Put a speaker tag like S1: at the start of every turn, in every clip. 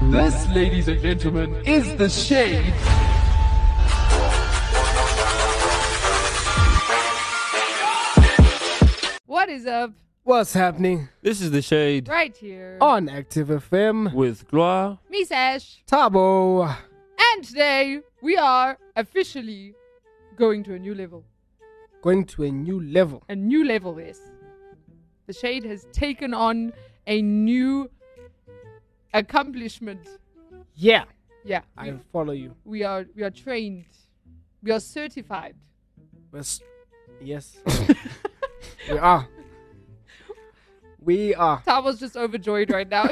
S1: This, ladies and gentlemen, is the shade.
S2: What is up?
S3: What's happening
S4: This is the shade
S2: Right here.
S3: on Active FM?
S4: with Gloire.
S2: Me, Sash.
S3: Tabo.
S2: And today, we are officially going to a new level.
S3: Going to a new level.
S2: A new level is. The Shade has taken on a new accomplishment.
S3: Yeah.
S2: Yeah.
S3: I follow you.
S2: We are we are trained. We are certified.
S3: Yes. Yes. we are. We are.
S2: Tabo's just overjoyed right now.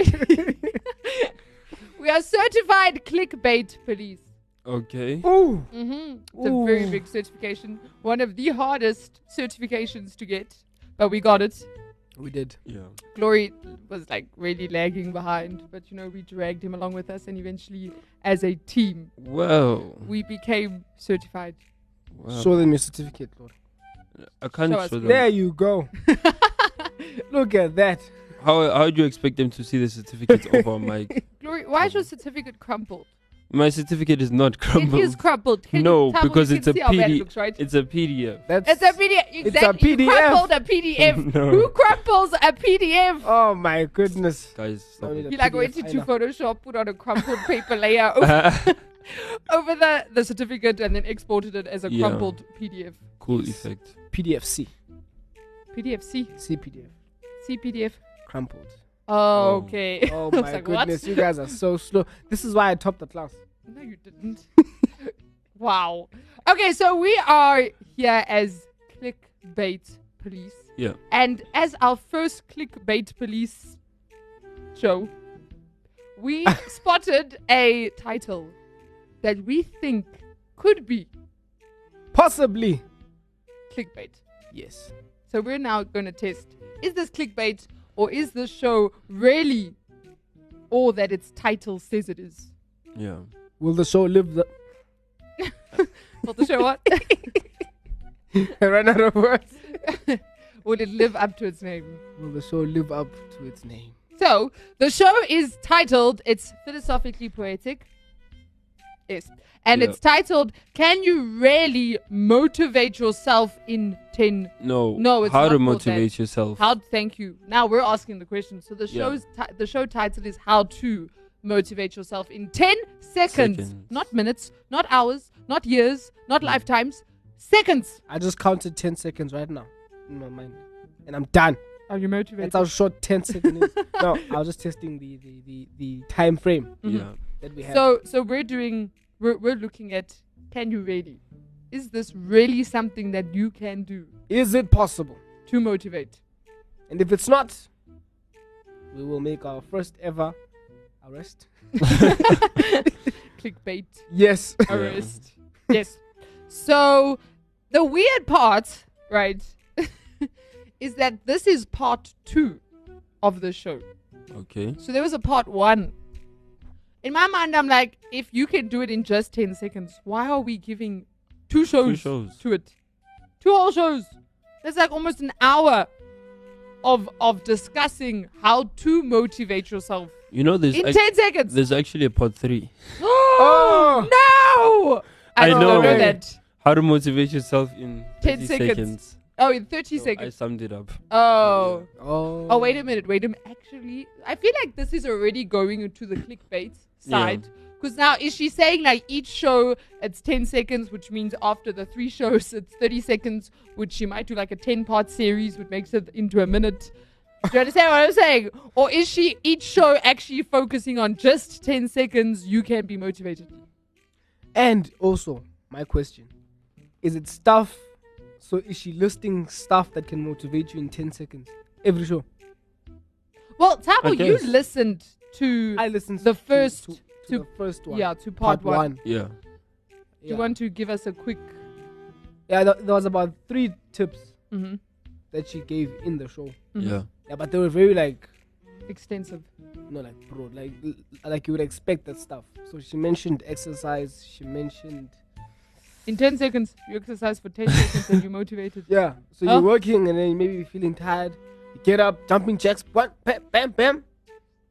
S2: we are certified clickbait police.
S4: Okay.
S3: Ooh.
S2: hmm It's a very
S3: Ooh.
S2: big certification. One of the hardest certifications to get, but we got it.
S3: We did.
S4: Yeah.
S2: Glory was like really lagging behind, but you know, we dragged him along with us, and eventually, as a team,
S4: Wow.
S2: we became certified.
S4: wow.
S3: Show them your certificate, Lord.
S4: I can't
S2: show us.
S4: show them.
S3: There you go. Look at that.
S4: How how do you expect them to see the certificates over mic?
S2: Glory, why is your certificate crumpled?
S4: My certificate is not crumbled.
S2: It is crumpled. Can
S4: No,
S2: you tell me-
S4: because
S2: you
S4: it's
S2: can
S4: a
S2: see how bad it
S4: PD
S2: looks, right?
S4: It's a PDF.
S3: That's
S2: It's a PDF. Exactly. You
S3: PDF.
S2: crumpled a PDF.
S4: No.
S2: Who crumples a PDF?
S3: Oh my goodness.
S4: Guys,
S3: No,
S4: stop it.
S3: we
S2: You like went
S3: PDF,
S2: into
S3: I know.
S2: Photoshop, put on a crumpled paper layer over, over the, the certificate, and then exported it as a
S4: Yeah.
S2: crumpled PDF.
S4: cool
S3: Yes.
S4: effect.
S3: PDFC.
S2: PDF C.
S3: CPDF.
S2: C PDF.
S3: Crumpled.
S2: Oh,
S4: Oh.
S2: okay.
S3: Oh
S2: I was
S3: my
S2: like, what?
S3: goodness. You guys are so slow. This is why I topped the class.
S2: No, you didn't. wow. Okay, so we are here as clickbait police.
S4: Yeah.
S2: And as our first clickbait police show, we spotted a title that we think could be
S3: Possibly.
S2: clickbait.
S3: Yes.
S2: So we're now going to test is this clickbait or is this show really all that its title says it is?
S4: Yeah.
S3: Will the show live the
S2: Will the show what?
S3: I ran out of words.
S2: Will it live up to its name?
S3: Will the show live up to its name?
S2: So the show is titled it's philosophically poetic. Yes. And
S4: Yeah.
S2: it's titled Can You Really Motivate Yourself in 10
S4: No.
S2: No, it's
S4: How
S2: not
S4: to
S2: called
S4: motivate yourself.
S2: How thank you. Now we're asking the question. So the
S4: Yeah.
S2: show's ti- the show title is How to Motivate Yourself in 10 seconds.
S4: Seconds. Mm.
S2: Not minutes, not hours, not years, not lifetimes. Seconds.
S3: I just counted 10 seconds right now in my mind. And I'm done.
S2: Are you motivated?
S3: That's how short 10 seconds is. No, I was just testing the, the, the, the time frame
S4: yeah.
S3: that we have.
S2: Mm-hmm. So so we're doing we're, we're looking at can you really? Is this really something that you can do
S3: is it possible?
S2: to motivate?
S3: And if it's not, we will make our first ever arrest.
S2: Clickbait
S3: Yes.
S4: Yeah.
S2: arrest. yes. So the weird part, right, is that this is part two of the show. Mm-hmm.
S4: Okay.
S2: So there was a part one. In my mind, I'm like, if you can do it in just 10 seconds, why are we giving two shows,
S4: shows.
S2: to it? Two whole shows. That's like almost an hour of of discussing how to motivate yourself
S4: You know there's
S2: in
S4: ac-
S2: 10 seconds.
S4: there's actually a part three.
S2: oh, no! I,
S4: I
S2: don't know.
S4: know.
S2: that.
S4: How to motivate yourself in 30
S2: 10 seconds. Oh, in 30
S4: No, I
S2: seconds.
S4: summed it up.
S2: Oh.
S3: Oh.
S2: Oh, wait a minute. Wait a minute. Actually, I feel like this is already going into the clickbait side. Because now, is she saying like each show it's 10 seconds, which means after the three shows it's 30 seconds, which she might do like a 10 part series, which makes it into a minute? Do you understand what I'm saying? Or is she each show actually focusing on just 10 seconds? You can be motivated.
S3: And also, my question is it stuff? So is she listing stuff that can motivate you in 10 seconds? Every show.
S2: Well, Tabo,
S4: I
S2: you
S4: guess.
S2: listened to.
S3: I listened
S2: The
S3: to- to-
S2: first
S3: to, to
S2: to-
S3: the first one.
S2: yeah, to part, one.
S4: Yeah.
S2: Do you want to give us a quick.
S3: Yeah, there, there was about three tips
S2: mhm,
S3: that she gave in the show.
S2: mhm,
S4: Yeah.
S3: Yeah, but they were very like,
S2: Extensive.
S3: you know, like bro, like l- like you would expect that stuff. So she mentioned exercise. She mentioned
S2: In 10 seconds, you exercise for 10 seconds and you're motivated.
S3: yeah. So
S2: Huh?
S3: you're working and then maybe you're feeling tired. You get up, jumping jacks, what, bam, bam, bam,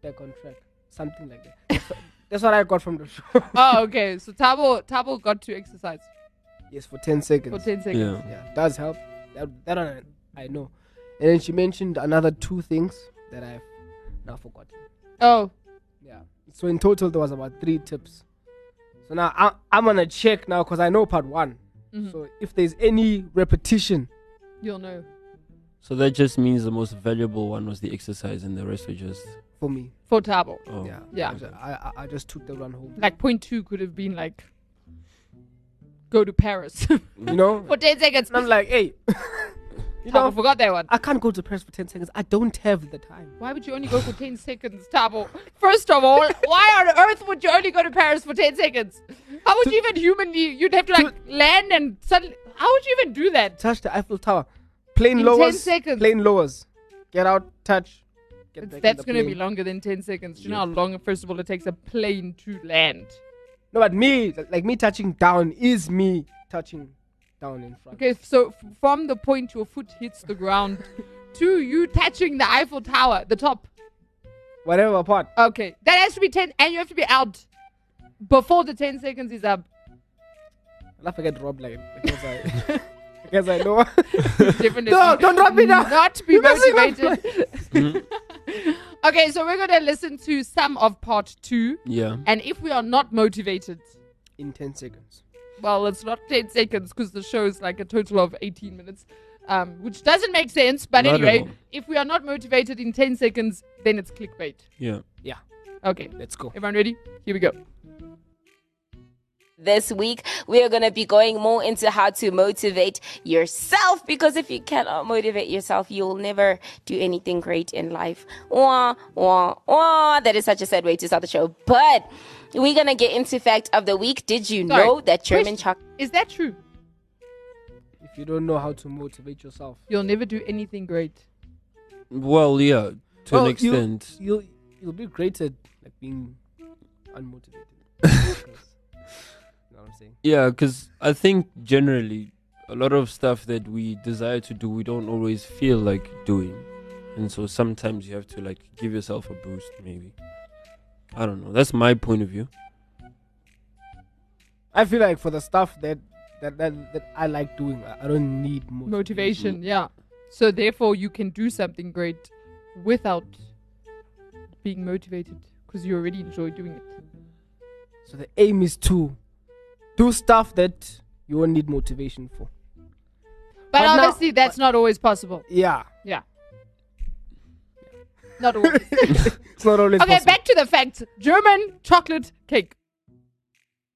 S3: back on track, something like that. The fir- That's what I got from the show.
S2: oh, okay. So Tabo Tabo got to exercise
S3: yes, for 10 seconds.
S2: for ten seconds.
S4: Yeah.
S3: yeah, it does help. That, that one I know. And then she mentioned another two things that I've now forgotten.
S2: Oh,
S3: Yeah. So in total, there was about three tips. So now I, I'm gonna check now because I know part one.
S2: mhm.
S3: So if there's any repetition,
S2: you'll know
S4: So that just means the most valuable one was the exercise, and the rest were just.
S3: for me,
S2: for Tabo.
S4: Oh,
S3: yeah,
S2: Yeah.
S4: okay.
S3: I, I I just took that one home.
S2: Like point two could have been like go to Paris
S3: You know,
S2: for ten seconds.
S3: and I'm like, hey, you
S2: Tabo
S3: know,
S2: forgot that one.
S3: I can't go to Paris for ten seconds. I don't have the time.
S2: Why would you only go for 10 seconds, Tabo? First of all, why on earth would you only go to Paris for 10 seconds? How would you even humanly, you'd have to like land and suddenly, how would you even do that?
S3: Touch the Eiffel Tower, plane
S2: In 10
S3: lowers,
S2: seconds.
S3: plane lowers, get out, touch, get back in
S2: That's
S3: the
S2: going to be
S3: plane.
S2: longer than 10 seconds. Do you know
S4: Yeah.
S2: how long, first of all, it takes a plane to land?
S3: No, but me, like me touching down is me touching down in front.
S2: Okay, so f- from the point your foot hits the ground to you touching the Eiffel Tower, the top.
S3: Whatever part.
S2: Okay, that has to be 10, and you have to be out before the 10 seconds is up.
S3: And I forget Rob like because I because I know.
S2: Definitely.
S3: No, don't drop me down.
S2: Not be
S3: You're messing up
S2: motivated. okay, so we're going to listen to some of part two.
S4: Yeah.
S2: And if we are not motivated,
S3: in 10 seconds.
S2: well, it's not 10 seconds because the show is like a total of 18 minutes, um, which doesn't make sense. But
S4: Not at
S2: anyway,
S4: all.
S2: if we are not motivated in 10 seconds, then it's clickbait.
S4: Yeah.
S2: Okay,
S3: Let's go.
S2: everyone ready? Here we go.
S5: This week, we are going to be going more into how to motivate yourself because if you cannot motivate yourself, you'll never do anything great in life. Wah, wah, wah. That is such a sad way to start the show. But we're going to get into fact of the week. Did you
S2: Sorry.
S5: know that German
S2: Question.
S5: chocolate?
S2: Is that true?
S3: If you don't know how to motivate yourself,
S2: You'll never do anything great.
S4: Well, yeah. To
S3: Well,
S4: an
S3: you-
S4: extent.
S3: you'll you'll be great at like being unmotivated. Because- you know what I'm saying?
S4: Yeah, because I think generally a lot of stuff that we desire to do, we don't always feel like doing, and so sometimes you have to like give yourself a boost, maybe. I don't know. That's my point of view.
S3: I feel like for the stuff that that that, that I like doing, I, I don't need motivation.
S2: motivation yeah so therefore you can do something great without being motivated because you already enjoy doing it
S3: So the aim is to do stuff that you won't need motivation for.
S2: but,
S3: But now-
S2: obviously that's not always possible
S3: Yeah,
S2: yeah not always
S3: it's not always
S2: okay
S3: possible.
S2: back to the facts german chocolate cake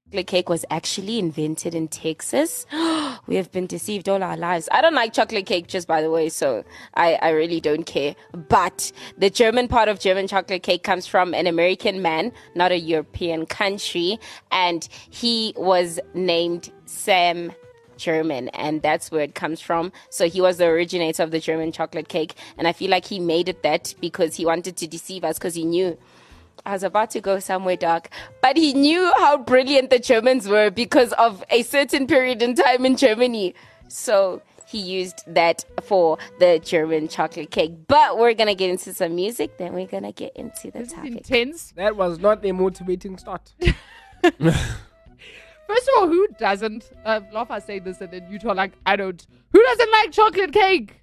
S5: chocolate cake was actually invented in Texas. we have been deceived all our lives. I don't like chocolate cake, just by the way, so I, I really don't care. But the German part of German chocolate cake comes from an American man, not a European country, and he was named Sam German, and that's where it comes from. So he was the originator of the German chocolate cake, and I feel like he made it that because he wanted to deceive us because he knew I was about to go somewhere dark, but he knew how brilliant the Germans were because of a certain period in time in Germany. So he used that for the German chocolate cake. But we're gonna get into some music, then we're gonna get into the
S2: this is
S5: topic.
S2: intense
S3: that was not a motivating start.
S2: first of all who doesn't uh, lafa say this and then you two are like i don't who doesn't like chocolate cake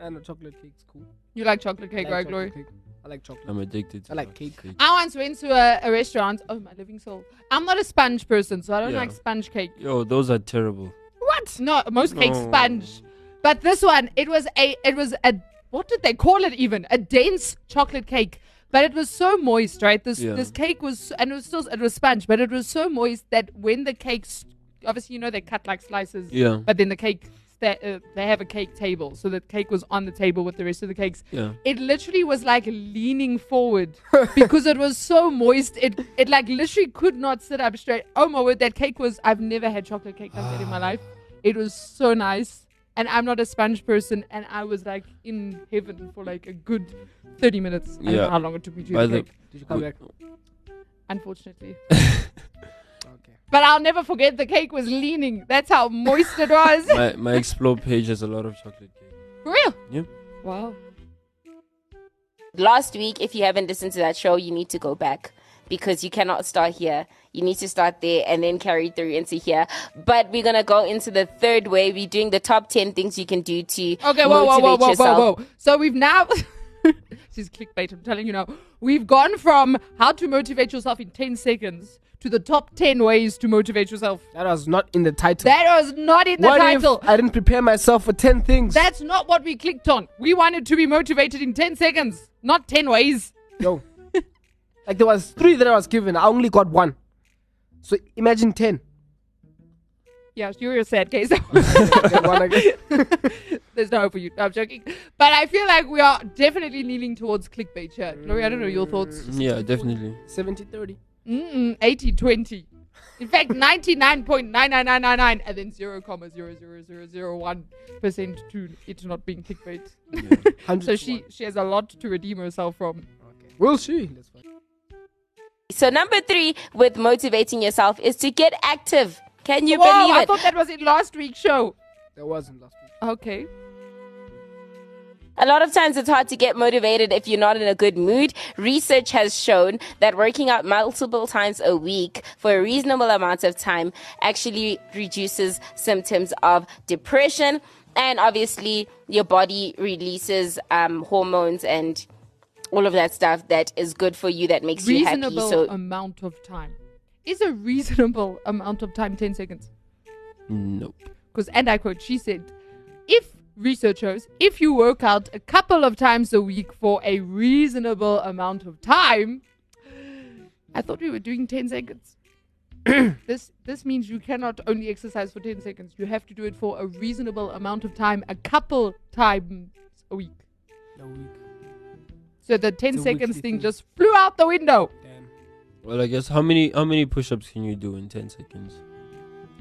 S3: and the chocolate cake's cool.
S2: you like chocolate
S3: I
S2: cake
S3: like
S2: right
S3: chocolate
S2: glory
S3: cake. I like chocolate.
S4: I'm addicted. To
S3: I like
S4: that
S3: cake.
S2: I once went to a, a restaurant. Oh my living soul! I'm not a sponge person, so I don't
S4: Yeah.
S2: like sponge cake.
S4: Yo, those are terrible.
S2: What? No, most cake
S4: No.
S2: sponge. But this one, it was a, it was a, what did they call it even? A dense chocolate cake. But it was so moist, right? This
S4: Yeah.
S2: this cake was, and it was still, it was sponge, but it was so moist that when the cakes, obviously you know they cut like slices.
S4: Yeah.
S2: But then the cake, they, uh, they have a cake table, so the cake was on the table with the rest of the cakes.
S4: Yeah.
S2: It literally was like leaning forward because it was so moist. It it like literally could not sit up straight. Oh my word, that cake was I've never had chocolate cake like that in
S4: Ah.
S2: my life. It was so nice. And I'm not a sponge person and I was like in heaven for like a good thirty minutes. I don't know
S4: Yeah.
S2: how long it took me to eat
S4: By
S2: the
S4: the-
S2: cake,
S3: Did you come back?
S2: unfortunately.
S3: Okay.
S2: But I'll never forget the cake was leaning. That's how moist it was.
S4: my my explore page has a lot of chocolate cake.
S2: for real.
S4: Yeah.
S2: Wow.
S5: last week, if you haven't listened to that show, you need to go back because you cannot start here. You need to start there and then carry through into here. But we're gonna go into the third way. We're doing the top ten things you can do to
S2: Okay, whoa, whoa, whoa,
S5: motivate
S2: whoa,
S5: yourself.
S2: whoa, whoa. So we've now. this is clickbait, I'm telling you now. We've gone from how to motivate yourself in 10 seconds to the top 10 ways to motivate yourself.
S3: That was not in the title.
S2: That was not in the
S3: what
S2: title.
S3: if I didn't prepare myself for 10 things?
S2: That's not what we clicked on. We wanted to be motivated in 10 seconds, not 10 ways.
S3: No. like there was three that I was given. I only got one. So imagine 10.
S2: Yeah, you're a sad case.
S3: Then one again.
S2: There's no hope for you. No, I'm joking. But I feel like we are definitely leaning towards clickbait here. Gloria, I don't know your thoughts.
S4: Yeah, definitely.
S3: 70 30.
S2: Mm-mm, 80 20. In fact, 99.99999 and then 0,00001% to it not being clickbait. So
S3: 100 to
S2: she,
S3: one.
S2: she has a lot to redeem herself from.
S3: Okay. We'll see. That's fine.
S5: So number three with motivating yourself is to get active. Can you
S2: Whoa,
S5: believe
S2: I
S5: it?
S2: thought that was in last week's show.
S3: That wasn't last week.
S2: Okay.
S5: A lot of times it's hard to get motivated if you're not in a good mood. Research has shown that working out multiple times a week for a reasonable amount of time actually reduces symptoms of depression. And obviously, your body releases um, hormones and all of that stuff that is good for you, that makes you happy.
S2: Reasonable
S5: So,
S2: amount of time. Is a reasonable amount of time 10 seconds?
S4: Nope.
S2: Because, and I quote, she said, if researchers, if you work out a couple of times a week for a reasonable amount of time, I thought we were doing 10 seconds. this this means you cannot only exercise for 10 seconds. You have to do it for a reasonable amount of time, a couple times a week.
S3: No week.
S2: So the 10
S3: It's a
S2: seconds
S3: weekly
S2: thing
S3: thing.
S2: just flew out the window.
S3: Damn.
S4: Well, I guess how many how many push-ups can you do in ten seconds?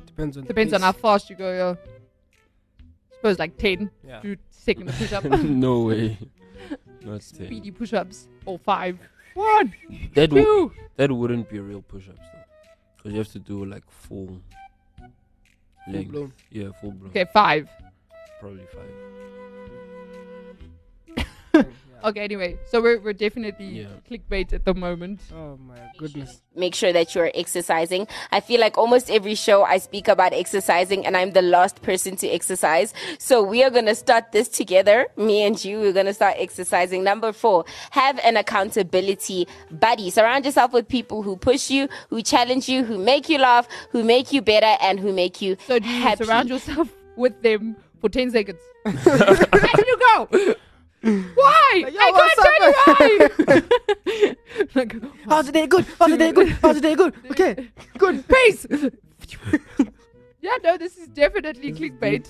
S3: Depends on the
S2: Depends on
S3: pace.
S2: how fast you go. Yeah. Suppose like 10
S3: Yeah.
S2: do second push up,
S4: no way. Not ten.
S2: speedy push ups, or Oh, five. One,
S4: That w-
S2: two.
S4: that wouldn't be real push-ups though, because you have to do like full.
S3: Full
S4: Leg.
S3: blown.
S4: Yeah, full blown.
S2: Okay, five.
S4: Probably five.
S3: Yeah.
S2: Okay, anyway, so we're, we're definitely
S4: Yeah.
S2: clickbait at the moment.
S3: Oh my goodness.
S5: make sure that you are exercising. I feel like almost every show I speak about exercising and I'm the last person to exercise. So we are going to start this together. Me and you, we're going to start exercising. Number four, have an accountability buddy. Surround yourself with people who push you, who challenge you, who make you laugh, who make you better and who make you
S2: So do you
S5: happy.
S2: surround yourself with them for 10 seconds? Where did you go? Why?
S3: Like, yo,
S2: I can't tell you why. like,
S3: How's the day good? How's the day good? How's the day good? Okay. Good.
S2: peace. yeah, no, this is definitely clickbait.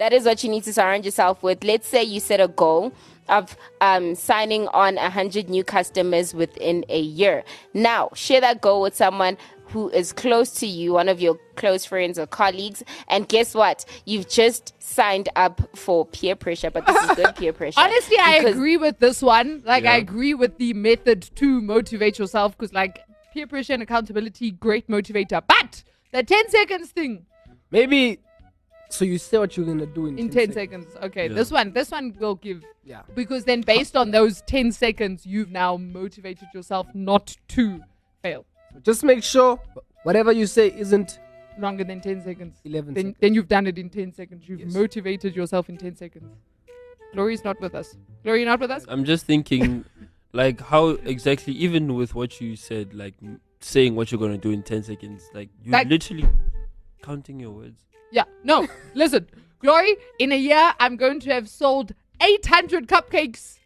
S5: That is what you need to surround yourself with. Let's say you set a goal of um, signing on 100 new customers within a year. Now, share that goal with someone who is close to you, one of your close friends or colleagues. And guess what? You've just signed up for peer pressure, but this is good peer pressure.
S2: Honestly, I
S5: because-
S2: agree with this one. Like, I
S4: Yeah.
S2: agree with the method to motivate yourself because, like, peer pressure and accountability, great motivator. But the 10 seconds thing,
S3: Maybe. So you say what you're gonna do in,
S2: in 10 seconds. Okay,
S4: Yeah.
S2: this one, this one will give.
S3: Yeah.
S2: Because then, based on those 10 seconds, you've now motivated yourself not to fail
S3: So just make sure whatever you say isn't
S2: longer than 10 seconds.
S3: 11
S2: Then,
S3: seconds.
S2: then you've done it in 10 seconds. You've
S3: Yes.
S2: motivated yourself in 10 seconds. Glory's not with us. Glory, you're not with us?
S4: I'm just thinking, like, how exactly, even with what you said, like, m- saying what you're gonna do in 10 seconds, like, you're
S2: Like-
S4: literally counting your words.
S2: Yeah, no, listen. Glory, in a year, I'm going to have sold 800 cupcakes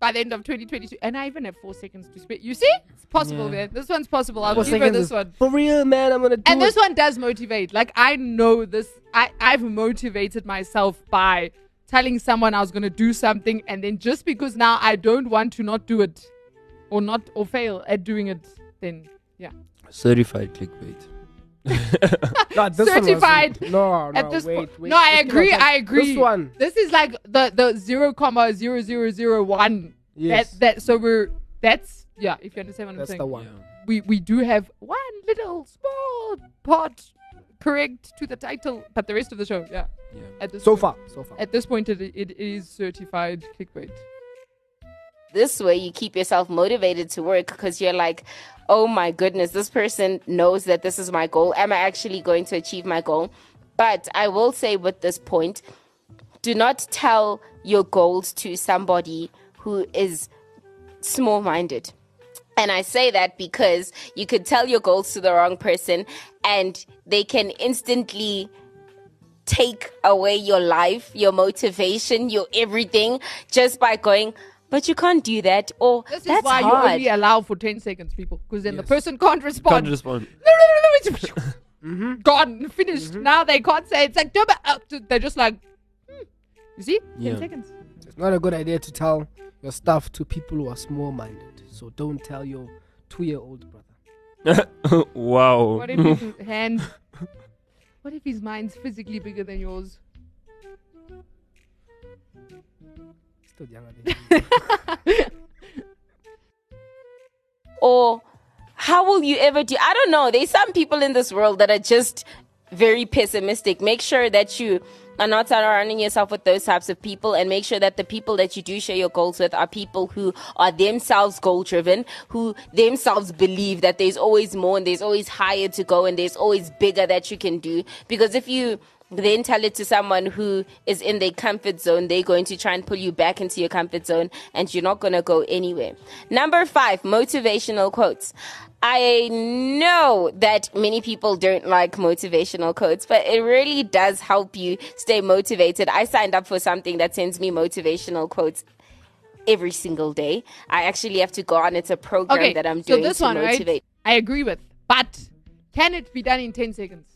S2: by the end of 2022. And I even have four seconds to spit. You see? It's possible,
S4: Yeah.
S2: man. This one's possible. I'll
S4: Four
S2: give her this one.
S3: For real, man. I'm gonna do
S2: And
S3: it.
S2: this one does motivate. Like I know this. I I've motivated myself by telling someone I was going to do something, and then just because now I don't want to not do it, or not or fail at doing it, then yeah.
S4: Certified clickbait.
S3: No, this one was-
S2: certified
S3: no, no,
S2: at this
S3: wait,
S2: point,
S3: wait.
S2: no, I
S3: This one
S2: agree.
S3: was-
S2: I agree.
S3: This one.
S2: This is like the the zero comma zero zero zero one.
S3: Yes.
S2: That that so we're that's yeah. If you understand what I'm
S3: That's
S2: saying.
S3: the
S4: Yeah.
S3: one.
S2: we we do have one little small part correct to the title, but the rest of the show, yeah.
S4: Yeah.
S2: At this
S3: So far,
S2: point,
S3: so far.
S2: at this point, it, it is certified clickbait.
S5: this way you keep yourself motivated to work because you're like, oh my goodness, this person knows that this is my goal. Am I actually going to achieve my goal? But I will say with this point, do not tell your goals to somebody who is small minded. And I say that because you could tell your goals to the wrong person and they can instantly take away your life, your motivation, your everything just by going, but you can't do that or
S2: This is
S5: that's
S2: why you
S5: hard.
S2: only allow for 10 seconds, people, because then the
S4: Yes.
S2: person can't respond.
S4: Can't respond.
S2: No, no, no, no, it's Mm-hmm. gone, finished.
S4: Mm-hmm.
S2: Now they can't say it's like, "No, but, uh," they're just like, hmm. you see, 10
S4: Yeah.
S2: seconds.
S3: It's not a good idea to tell your stuff to people who are small minded. So don't tell your two year old brother.
S4: wow.
S2: What if his hand? What if his mind's physically bigger than yours?
S3: Still younger than you.
S5: or how will you ever do i don't know there's some people in this world that are just very pessimistic make sure that you are not surrounding yourself with those types of people and make sure that the people that you do share your goals with are people who are themselves goal driven who themselves believe that there's always more and there's always higher to go and there's always bigger that you can do because if you then tell it to someone who is in their comfort zone. They're going to try and pull you back into your comfort zone and you're not going to go anywhere. Number five, motivational quotes. I know that many people don't like motivational quotes, but it really does help you stay motivated. I signed up for something that sends me motivational quotes every single day. I actually have to go on. It's a program
S2: Okay,
S5: that I'm
S2: so
S5: doing
S2: this
S5: to
S2: one,
S5: motivate.
S2: right? I agree with, but can it be done in 10 seconds?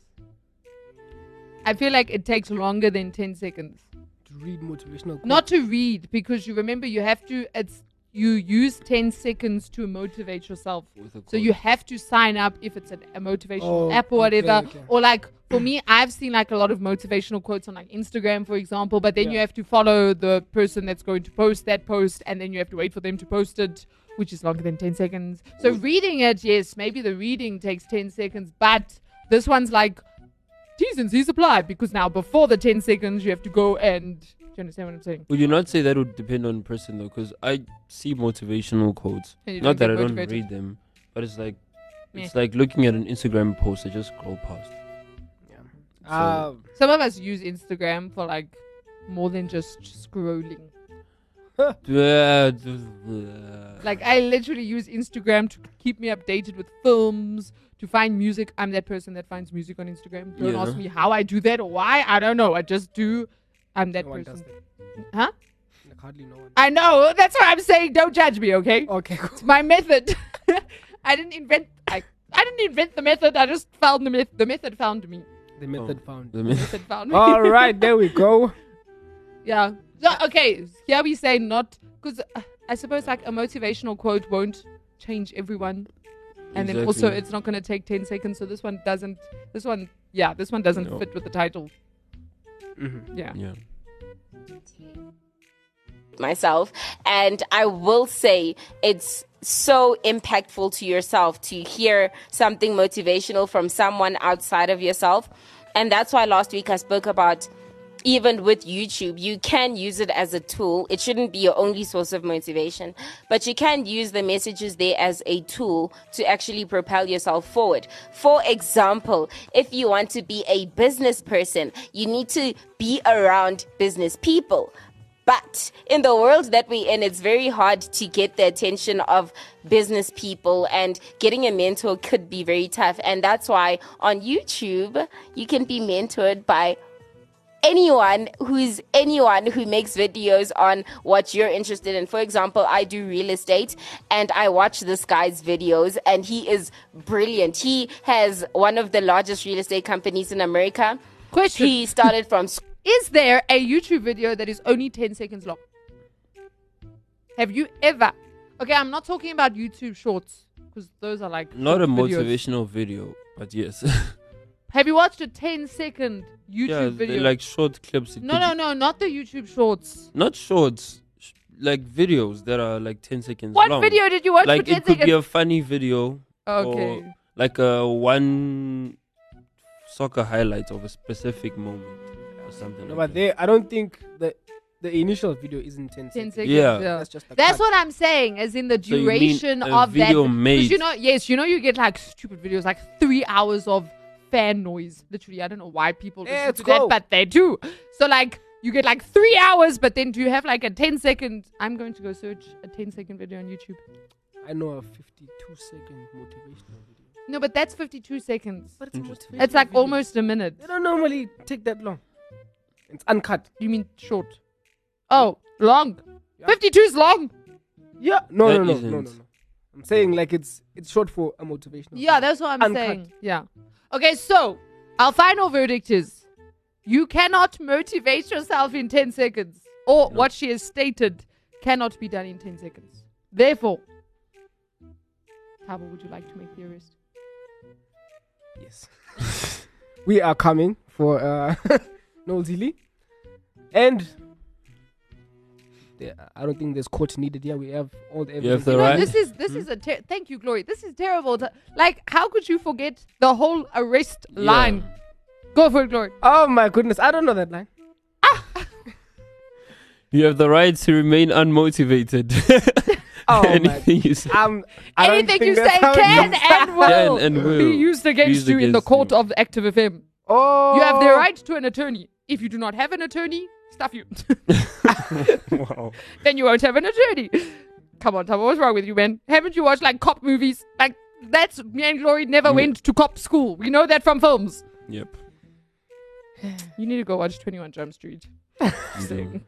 S2: I feel like it takes longer than 10 seconds.
S3: To read motivational
S2: Not to read, because you remember you have to. It's you use 10 seconds to motivate yourself.
S4: With a
S2: So
S4: quote.
S2: you have to sign up if it's an, a motivational
S3: Oh,
S2: app or
S3: okay,
S2: whatever.
S3: okay.
S2: Or like for me, I've seen like a lot of motivational quotes on like Instagram, for example. But then you
S3: Yeah.
S2: have to follow the person that's going to post that post, and then you have to wait for them to post it, which is longer than ten seconds. So reading it, yes, maybe the reading takes ten seconds, but this one's like T's and C's apply because now before the ten seconds, you have to go and. Do you understand what I'm saying?
S4: Would you not say that would depend on person though? Because I see motivational quotes.
S2: And you
S4: Not
S2: don't
S4: that
S2: get
S4: I don't
S2: motivated.
S4: read them, but it's like
S2: Meh.
S4: it's like looking at an Instagram post. I just scroll past.
S3: Uh,
S2: Some of us use Instagram for like more than just scrolling. Like I literally use Instagram to keep me updated with films, to find music. I'm that person that finds music on Instagram. Don't
S4: Yeah.
S2: ask me how I do that or why. I don't know. I just do. I'm that
S3: no one does
S2: person.
S3: that.
S2: Huh?
S3: Like, hardly no one.
S2: I know. That's what I'm saying. Don't judge me, okay?
S3: Okay, cool.
S2: It's my method. I didn't invent. I I didn't invent the method. I just found the method. The method found me.
S3: The method found.
S4: The mi-
S2: Method found me.
S3: All right, there we go.
S2: Yeah. So, okay. Here we say not because uh, I suppose like a motivational quote won't change everyone, and then also
S4: Exactly.
S2: it's not going to take ten seconds. So this one doesn't. This one, yeah, this one doesn't
S4: No.
S2: fit with the title. Yeah.
S4: yeah.
S5: myself. And I will say it's so impactful to yourself to hear something motivational from someone outside of yourself. And that's why last week I spoke about even with YouTube, you can use it as a tool. It shouldn't be your only source of motivation, but you can use the messages there as a tool to actually propel yourself forward. For example, if you want to be a business person, you need to be around business people. But in the world that we're in, it's very hard to get the attention of business people, and getting a mentor could be very tough. And that's why on YouTube, you can be mentored by anyone who's anyone who makes videos on what you're interested in. For example, I do real estate and I watch this guy's videos and he is brilliant. He has one of the largest real estate companies in America.
S2: Question.
S5: He started from scratch.
S2: Is there a YouTube video that is only 10 seconds long? Have you ever? Okay, I'm not talking about YouTube shorts because those are like.
S4: Not a
S2: short videos.
S4: motivational video, but yes.
S2: Have you watched a 10 second YouTube
S4: yeah, they're
S2: video?
S4: like short clips. It
S2: no,
S4: could
S2: no,
S4: be-
S2: no, not the YouTube shorts.
S4: Not shorts, sh- like videos that are like 10 seconds
S2: What
S4: long.
S2: video did you watch
S4: Like
S2: for 10
S4: it could
S2: seconds?
S4: be a Oh. funny video,
S2: okay.
S4: or- like a one soccer highlight of a specific moment or something.
S3: No,
S4: like
S3: but there, I don't think that The initial video is in 10
S2: 10
S3: seconds.
S2: seconds.
S4: Yeah.
S3: That's just the
S2: That's
S3: cut.
S2: what I'm saying, as in the
S4: So you mean
S2: duration
S4: a
S2: of
S4: video
S2: that. 'cause
S4: made-
S2: you know, yes, you know, you get like stupid videos, like three hours of fan noise. Literally, I don't know why people
S3: Yeah,
S2: listen
S3: it's
S2: to
S3: cool.
S2: that, but they do. So like, you get like three hours, but then do you have like a 10 second? I'm going to go search a 10 second video on YouTube.
S3: I know a 52 second motivational video.
S2: No, but that's 52 seconds.
S3: But
S4: a Interesting.
S2: It's like almost a minute.
S3: They don't normally take that long. It's uncut.
S2: You mean short? Oh, long.
S3: Yeah.
S2: 52 is long.
S3: Yeah. No,
S4: That
S3: no, no, no, no,
S4: isn't.
S3: no. I'm saying like it's it's short for a motivational.
S2: Yeah, that's what I'm
S3: Uncut.
S2: saying. Yeah. Okay, so our final verdict is you cannot motivate yourself in 10 seconds, or
S4: No.
S2: what she has stated cannot be done in 10 seconds. Therefore, Tabo, would you like to make the arrest?
S3: Yes. we are coming for uh Noel Zili. And there, I don't think there's court needed here. We have all the evidence.
S4: the
S2: You know,
S4: Right.
S2: this is this is a ter- thank you, Glory. This is terrible. T- like, how could you forget the whole arrest
S4: Yeah.
S2: line? Go for it, Glory.
S3: oh my goodness, I don't know that line.
S4: You have the right to remain unmotivated.
S3: Oh my
S4: Anything you say.
S3: um, I don't
S2: Anything
S3: think
S2: you
S3: that's
S2: say
S3: how it
S2: can
S3: goes.
S2: and will,
S4: Can and
S2: be
S4: will
S2: used against
S4: used
S2: you in the
S4: against
S2: court
S4: you.
S2: of Active FM.
S3: Oh,
S2: You have the right to an attorney. If you do not have an attorney, stuff you.
S4: wow.
S2: then you won't have an attorney. Come on, Tom, what's wrong with you, man? Haven't you watched like cop movies? Like that's me and Glory never
S4: Yeah.
S2: went to cop school. We know that from films.
S4: Yep.
S2: You need to go watch Twenty One Jump Street.
S4: you do.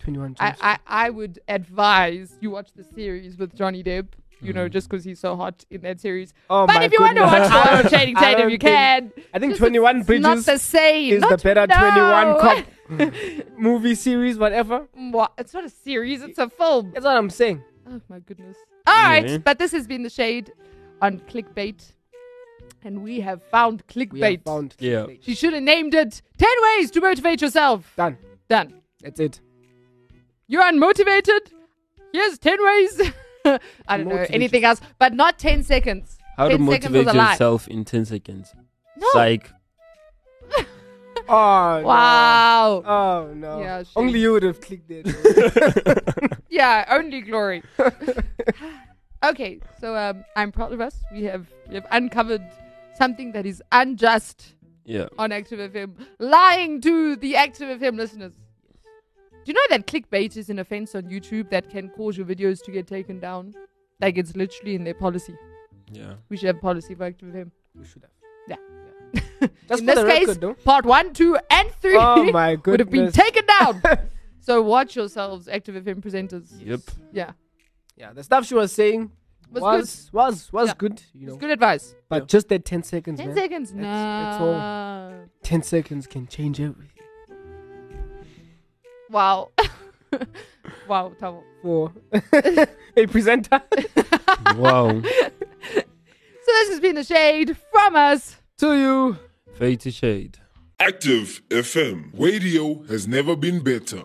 S3: 21
S2: I,
S3: jumps.
S2: I I would advise you watch the series with Johnny Depp. You know, just because he's so hot in that series.
S3: Mm. oh
S2: but
S3: my
S2: if you want to
S3: goodness.
S2: watch
S3: I
S2: more
S3: don't-
S2: of Channing
S3: I
S2: Tatum,
S3: don't
S2: you
S3: think-
S2: can.
S3: I think
S2: Just
S3: 21
S2: it's not
S3: Bridges
S2: the same.
S3: is the
S2: Not-
S3: better
S2: no.
S3: 21 cop movie series, whatever.
S2: What? It's not a series. It's a film.
S3: That's what I'm saying.
S2: Oh my goodness. All right,
S4: Anyway.
S2: but this has been the shade on clickbait, and we have found
S3: We
S2: clickbait.
S3: have found
S4: Yeah.
S3: clickbait.
S2: she should have named it 10 ways to motivate yourself.
S3: done.
S2: Done.
S3: That's it.
S2: You're unmotivated. Here's 10 ways. I don't know
S3: Motivate
S2: anything else, but not 10 seconds.
S4: How to
S2: 10 seconds was
S4: motivate
S2: a lie.
S4: yourself in 10 seconds.
S2: No.
S4: Psych.
S3: Oh,
S2: Wow.
S3: No. Oh, no.
S2: Yeah, she-
S3: Only you would have clicked it.
S2: Yeah, only glory. okay, so um, I'm proud of us. We have we have uncovered something that is unjust
S4: Yeah.
S2: on Active FM, lying to the Active FM listeners. Do you know that clickbait is an offense on YouTube that can cause your videos to get taken down? Like it's literally in their policy.
S4: Yeah.
S2: We should have a policy for Active FM.
S3: we should have.
S2: Yeah.
S3: Just
S2: in
S3: for
S2: this
S3: the
S2: case,
S3: record, though.
S2: part one, two, and three
S3: Oh, my goodness.
S2: would have been taken down. so watch yourselves, Active FM presenters.
S4: Yep.
S2: Yeah,
S3: Yeah, the stuff she was saying
S2: was,
S3: was was was,
S2: Yeah.
S3: good, you know.
S2: good. Good advice.
S3: But just that 10 seconds,
S2: Ten
S3: man.
S2: seconds. No.
S3: That's- that's all. 10 seconds can change everything.
S2: Wow. wow, Tavo.
S3: For a presenter
S4: wow.
S2: So this has been the shade from us.
S3: to you.
S4: Fade to shade.
S6: Active FM. Radio has never been better.